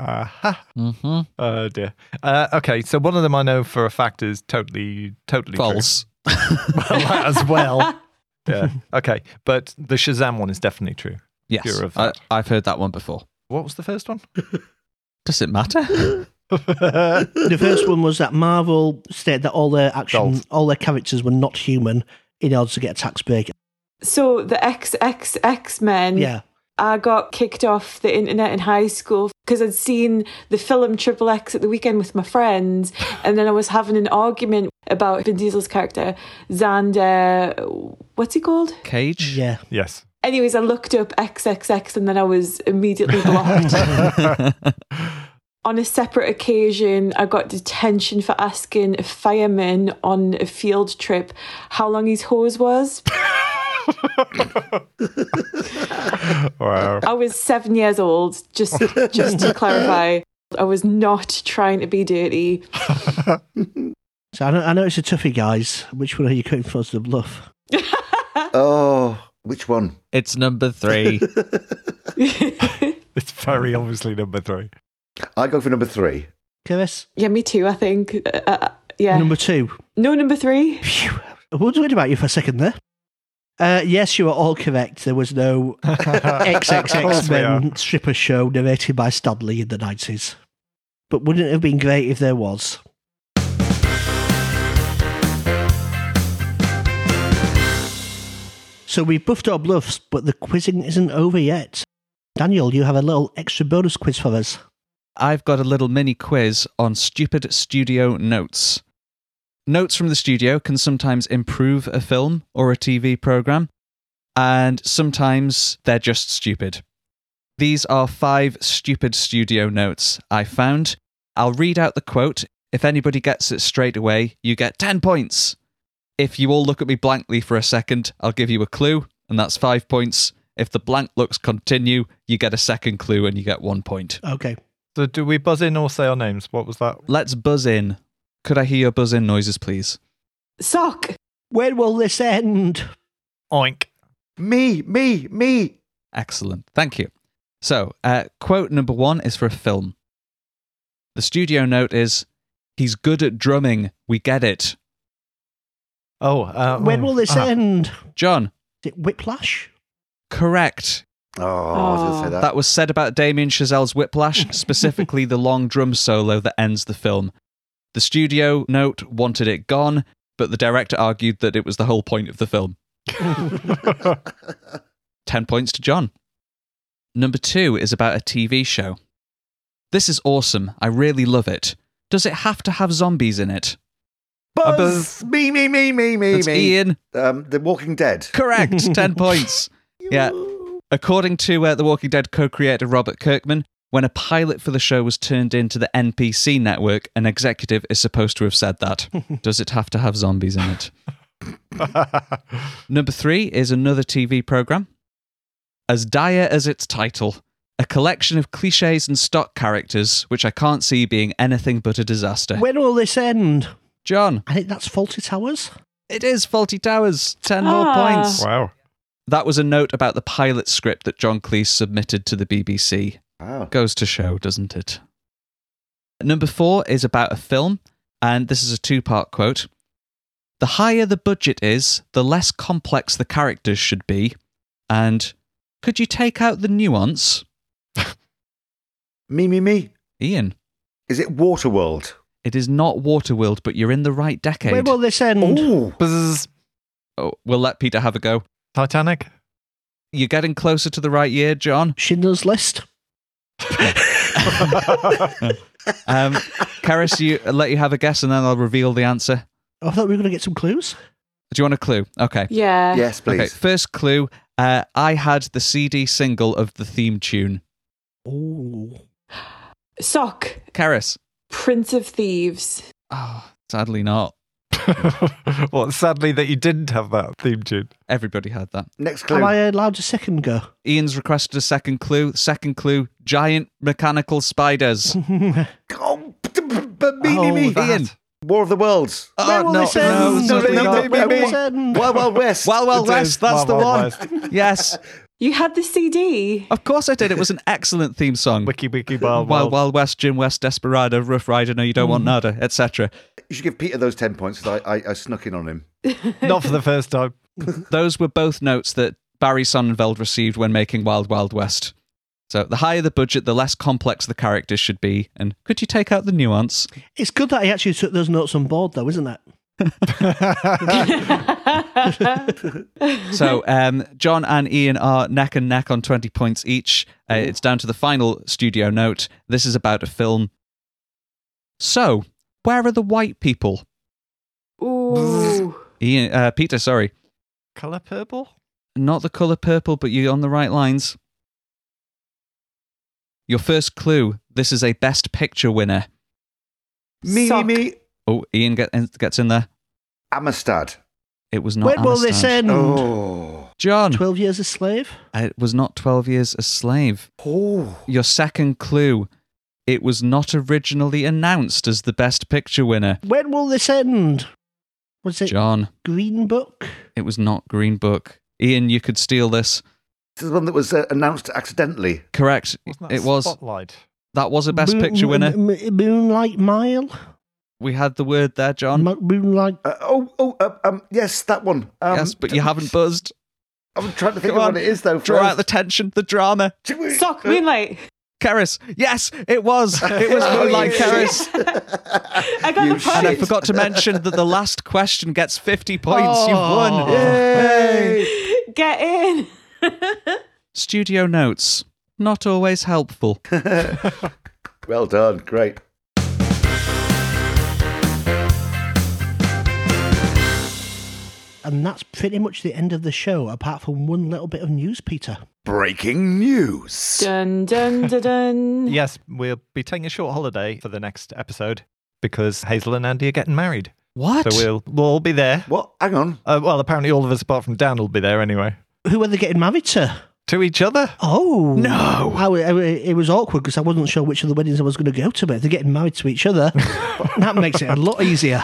Aha.
Mm-hmm.
Oh dear. Uh, okay, so one of them I know for a fact is totally, totally true.
False.
Well, that as well. yeah. Okay, but the Shazam one is definitely true.
Yes.
You're of
I,
that.
I've heard that one before.
What was the first one?
Does it matter?
the first one was that Marvel stated that all their action,
Dolls.
all their characters were not human in order to get a tax break.
So the XXX Men
Yeah,
I got kicked off the internet in high school because I'd seen the film Triple X at the weekend with my friends, and then I was having an argument about Vin Diesel's character, Xander. What's he called?
Cage?
Yeah.
Yes.
Anyways, I looked up XXX and then I was immediately blocked. on a separate occasion, I got detention for asking a fireman on a field trip how long his hose was.
Wow.
I was seven years old, just just to clarify. I was not trying to be dirty.
So I know, I know it's a toughie, guys. Which one are you going for as the bluff?
Oh, which one?
It's number three.
It's very obviously number three.
I go for number three.
Chris?
yeah, me too, I think. Uh, uh, yeah.
Number two.
no, number three.
Phew. I was worried about you for a second there. Uh, yes, you are all correct. There was no
course
XXX
we are.
Men stripper show narrated by Stanley in the 90s. But wouldn't it have been great if there was? So we've buffed our bluffs, but the quizzing isn't over yet. Daniel, you have a little extra bonus quiz for us.
I've got a little mini quiz on stupid studio notes. Notes from the studio can sometimes improve a film or a TV program, and sometimes they're just stupid. These are five stupid studio notes I found. I'll read out the quote. If anybody gets it straight away, you get 10 points. If you all look at me blankly for a second, I'll give you a clue, and that's five points. If the blank looks continue, you get a second clue and you get one point.
Okay.
So do we buzz in or say our names? What was that?
Let's buzz in. Could I hear your buzz in noises, please?
Sock.
When will this end?
Oink.
Me, me, me.
Excellent. Thank you. So, uh, quote number one is for a film. The studio note is He's good at drumming. We get it.
Oh. Uh,
When will this
ah.
end?
John,
Is it Whiplash?
correct.
Oh, I was going to say that.
That was said about Damien Chazelle's Whiplash, specifically the long drum solo that ends the film. The studio note wanted it gone, but the director argued that it was the whole point of the film. 10 points to John. Number two is about a TV show. This is awesome. I really love it. Does it have to have zombies in it?
Buzz,
buzz.
me, me, me, me, me,
That's
me.
Ian.
Um, the Walking Dead.
Correct. 10 points. Yeah. According to uh, The Walking Dead co creator Robert Kirkman, when a pilot for the show was turned into the NPC network, an executive is supposed to have said that. Does it have to have zombies in it? Number three is another TV program. As dire as its title, a collection of cliches and stock characters, which I can't see being anything but a disaster.
When will this end?
John,
I think that's Faulty Towers.
it is Faulty Towers. 10 more
Ah.
points.
wow.
That was a note about the pilot script that John Cleese submitted to the BBC.
Wow.
Goes to show, doesn't it? Number four is about a film, and this is a two part quote. The higher the budget is, the less complex the characters should be, and could you take out the nuance?
Me, me, me.
Ian,
Is it Waterworld?
it is not Waterworld, but you're in the right
When
decade.
will this end?
Ooh.
Buzz.
Oh, we'll let Peter have a go.
Titanic.
You're getting closer to the right year, John.
Schindler's List.
Um, Karis, you, I'll let you have a guess, and then I'll reveal the answer.
I thought we were going to get some clues.
Do you want a clue? Okay.
Yeah.
Yes, please.
Okay, first clue. Uh, I had the CD single of the theme tune.
Oh,
Sock.
Karis.
Prince of Thieves.
Oh, sadly not.
well, sadly that you didn't have that theme tune.
Everybody had that.
Next clue.
am I allowed a second go?
Ian's requested a second clue. Second clue, giant mechanical spiders.
Oh, p- p- p- me, me, me.
that.
Ian.
War of the Worlds.
Oh,
will
no,
this
no,
end?
sadly
no,
not.
no,
When will
me,
this
me.
end?
Wild Wild West.
Wild Wild
It
West,
is
that's
Wild
the
Wild
one.
West.
Yes,
You had the CD.
of course I did. It was an excellent theme song.
Wiki Wiki Wild
Wild
Wild. Mm.
Wild West, Jim West, Desperado, Rough Rider, No You Don't Want Nada, etc.
You should give Peter those 10 points because I, I, I snuck in on him.
Not for the first time.
Those were both notes that Barry Sonnenfeld received when making Wild Wild West. So the higher the budget, the less complex the characters should be. And could you take out the nuance?
It's good that he actually took those notes on board, though, isn't it?
So um, John and Ian are neck and neck on 20 points each. Uh, it's down to the final studio note. This is about a film. So, where are the white people?
Ooh.
Ian, uh, Peter, sorry.
Color purple?
Not the color purple, but you're on the right lines. Your first clue this is a best picture winner.
Me,
Sock.
me, me.
Oh, Ian get, gets in there.
Amistad.
It was not.
When will this
Amistad.
Mm.
end?
Oh.
John,
12 years a slave?
it was not 12 years a slave.
Oh.
Your second clue it was not originally announced as the best picture winner.
When will this end? Was it
John,
Green Book?
it was not Green Book. Ian, you could steal this.
This is the one that was uh, announced accidentally.
Correct.
Wasn't that
It was.
Spotlight.
That was a best
Moon-
picture winner.
m- m- Moonlight Mile?
We had the word there, John.
Mo- Moonlight.
Uh, oh, oh, uh, um, yes, that one. Um,
yes, but you haven't buzzed.
I'm trying to think
Come
of
on.
what it is, though.
Draw out the tension, the drama.
the
Sock moonlight.
Karis. Yes, it was. It was
Oh, yeah.
Moonlight Karis.
I got
You
the
And I
shit.
point.
forgot to mention that the last question gets 50 points. You've
Oh.
won.
Yay!
Get in.
Studio notes. Not always helpful.
Well done. Great.
And that's pretty much the end of the show, apart from one little bit of news, Peter.
Breaking news.
Dun dun dun dun.
Yes, we'll be taking a short holiday for the next episode because Hazel and Andy are getting married.
What?
So we'll, we'll all be there.
What? Hang on.
Uh, well, apparently all of us apart from Dan will be there anyway.
Who are they getting married to?
To each other?
Oh.
No.
I, wa- I wa- it was awkward because I wasn't sure which of the weddings I was going to go to, but they're getting married to each other. that makes it a lot easier.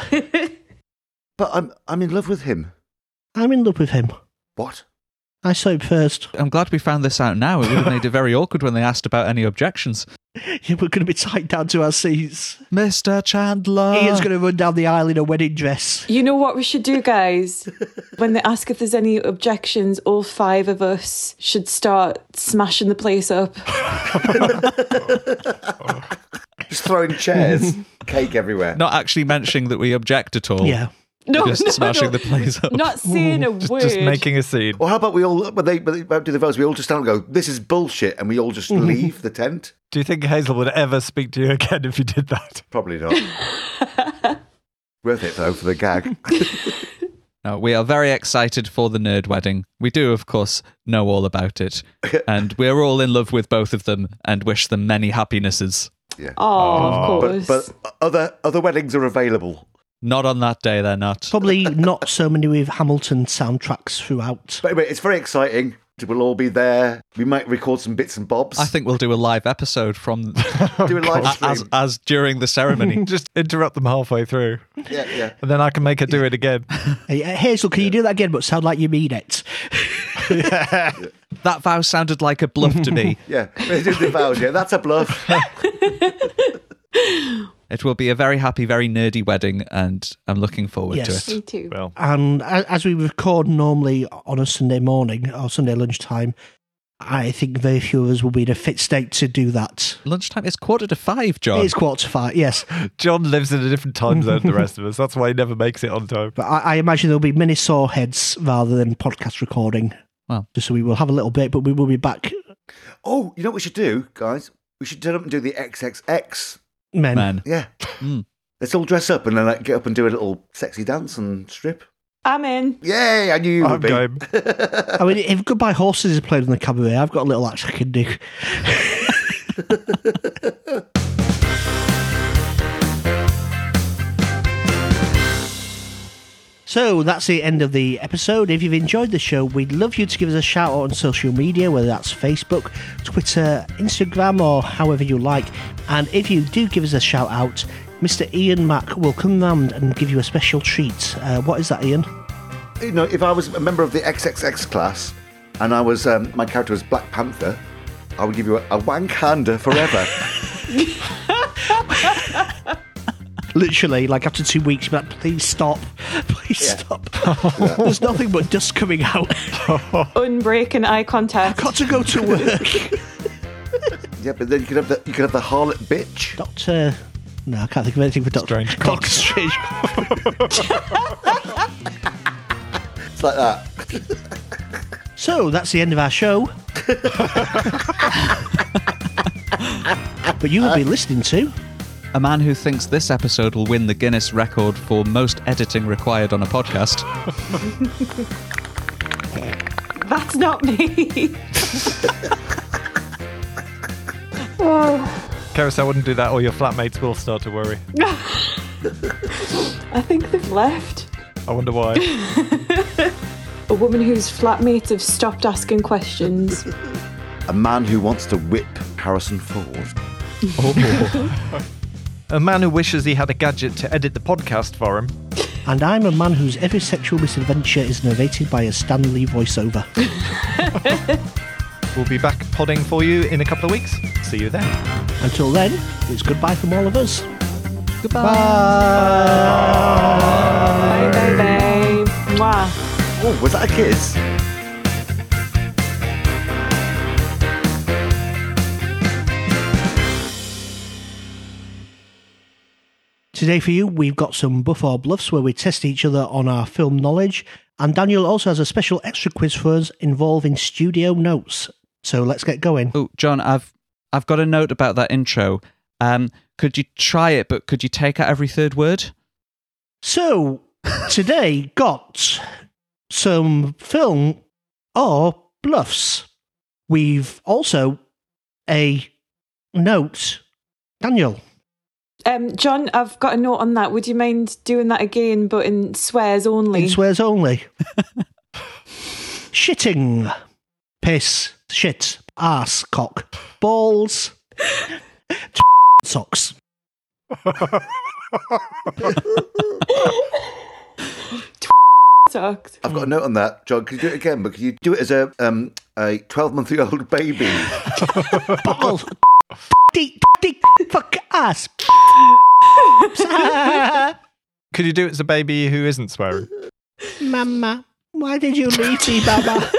But I'm I'm in love with him.
I'm in love with him.
What?
I saw him first.
I'm glad we found this out now. It would have made it very awkward when they asked about any objections.
Yeah, we're going to be tied down to our seats.
Mr. Chandler.
Ian's going to run down the aisle in a wedding dress.
You know what we should do, guys? when they ask if there's any objections, all five of us should start smashing the place up.
Just throwing chairs, cake everywhere.
Not actually mentioning that we object at all.
Yeah.
No,
Just
no,
smashing
no.
the place up.
Not saying a word.
Just making a scene.
Or how about we all when they, when they do the votes, we all just stand and go, "This is bullshit," and we all just leave the tent.
Do you think Hazel would ever speak to you again if you did that?
Probably not. Worth it though for the gag.
No, we are very excited for the nerd wedding. We do, of course, know all about it. and we're all in love with both of them and wish them many happinesses.
Oh, of course.
But, but other other weddings are available.
Not on that day, they're not.
Probably not so many with Hamilton soundtracks throughout.
But anyway, it's very exciting. We'll all be there. We might record some bits and bobs.
I think we'll do a live episode from
do a live stream.
as, as during the ceremony.
Just interrupt them halfway through.
yeah, yeah.
And then I can make her do it again.
Hey, uh, Hazel, can you do that again but sound like you mean it?
that vow sounded like a bluff to me.
Yeah, They do the vows, yeah. That's a bluff.
It will be a very happy, very nerdy wedding, and I'm looking forward
Yes.
to
Me
it.
too.
Well,
And a- as we record normally on a Sunday morning or Sunday lunchtime, I think very few of us will be in a fit state to do that.
Lunchtime is quarter to five, John.
It is quarter to five, yes.
John lives in a different time zone than the rest of us. That's why he never makes it on time.
But I, I imagine there'll be mini sore heads rather than podcast recording.
Well.
Just so we will have a little bit, but we will be back,
oh, you know what we should do, guys? We should turn up and do the XXX.
men.
Man,
Yeah.
Mm.
Let's all dress up and then like, get up and do a little sexy dance and strip.
I'm in.
Yay, I knew you
I'm
would be.
game.
I mean, if Goodbye Horses is played in the cabaret, I've got a little act I can do. So that's the end of the episode. If you've enjoyed the show, we'd love you to give us a shout out on social media, whether that's Facebook, Twitter, Instagram, or however you like. And if you do give us a shout out, Mr. Ian Mack will come round and give you a special treat. Uh, what is that, Ian?
You know, if I was a member of the XXX class and I was, um, my character was Black Panther, I would give you a, a wank hander forever.
literally like after two weeks but please stop please
Yeah.
stop there's nothing but dust coming out
Unbreaking eye contact.
got to go to work
yeah, but then you could have the, you could have the harlot bitch.
doctor no i can't think of anything for doctor
Strange
doctor strange
It's like that.
So that's the end of our show. but you have been listening to
A man who thinks this episode will win the Guinness record for most editing required on a podcast.
That's not me.
Carousel wouldn't do that, or your flatmates will start to worry.
I think they've left.
I wonder why.
A woman whose flatmates have stopped asking questions.
A man who wants to whip Harrison Ford.
a man who wishes he had a gadget to edit the podcast for him.
And I'm a man whose every sexual misadventure is narrated by a Stan Lee voiceover.
We'll be back podding for you in a couple of weeks. See you then.
Until then, it's goodbye from all of us.
Goodbye.
Bye bye bye. Mwah.
Oh, was that a kiss?
Today for you, we've got some Buff or Bluffs where we test each other on our film knowledge. And Daniel also has a special extra quiz for us involving studio notes. So let's get going.
Oh, John, I've I've got a note about that intro. Um, could you try it? But could you take out every third word?
So today got some film or bluffs. We've also a note. Daniel,
Um, John, I've got a note on that. Would you mind doing that again, but in swears only?
in swears only. Shitting. Piss. Shit. Ass. Cock. Balls. socks.
Sucked.
I've got a note on that, John. Could you do it again? But could you do it as a um a twelve month old baby?
balls, deep, deep, fuck ass.
Could you do it as a baby who isn't swearing?
Mama, why did you leave me, Baba?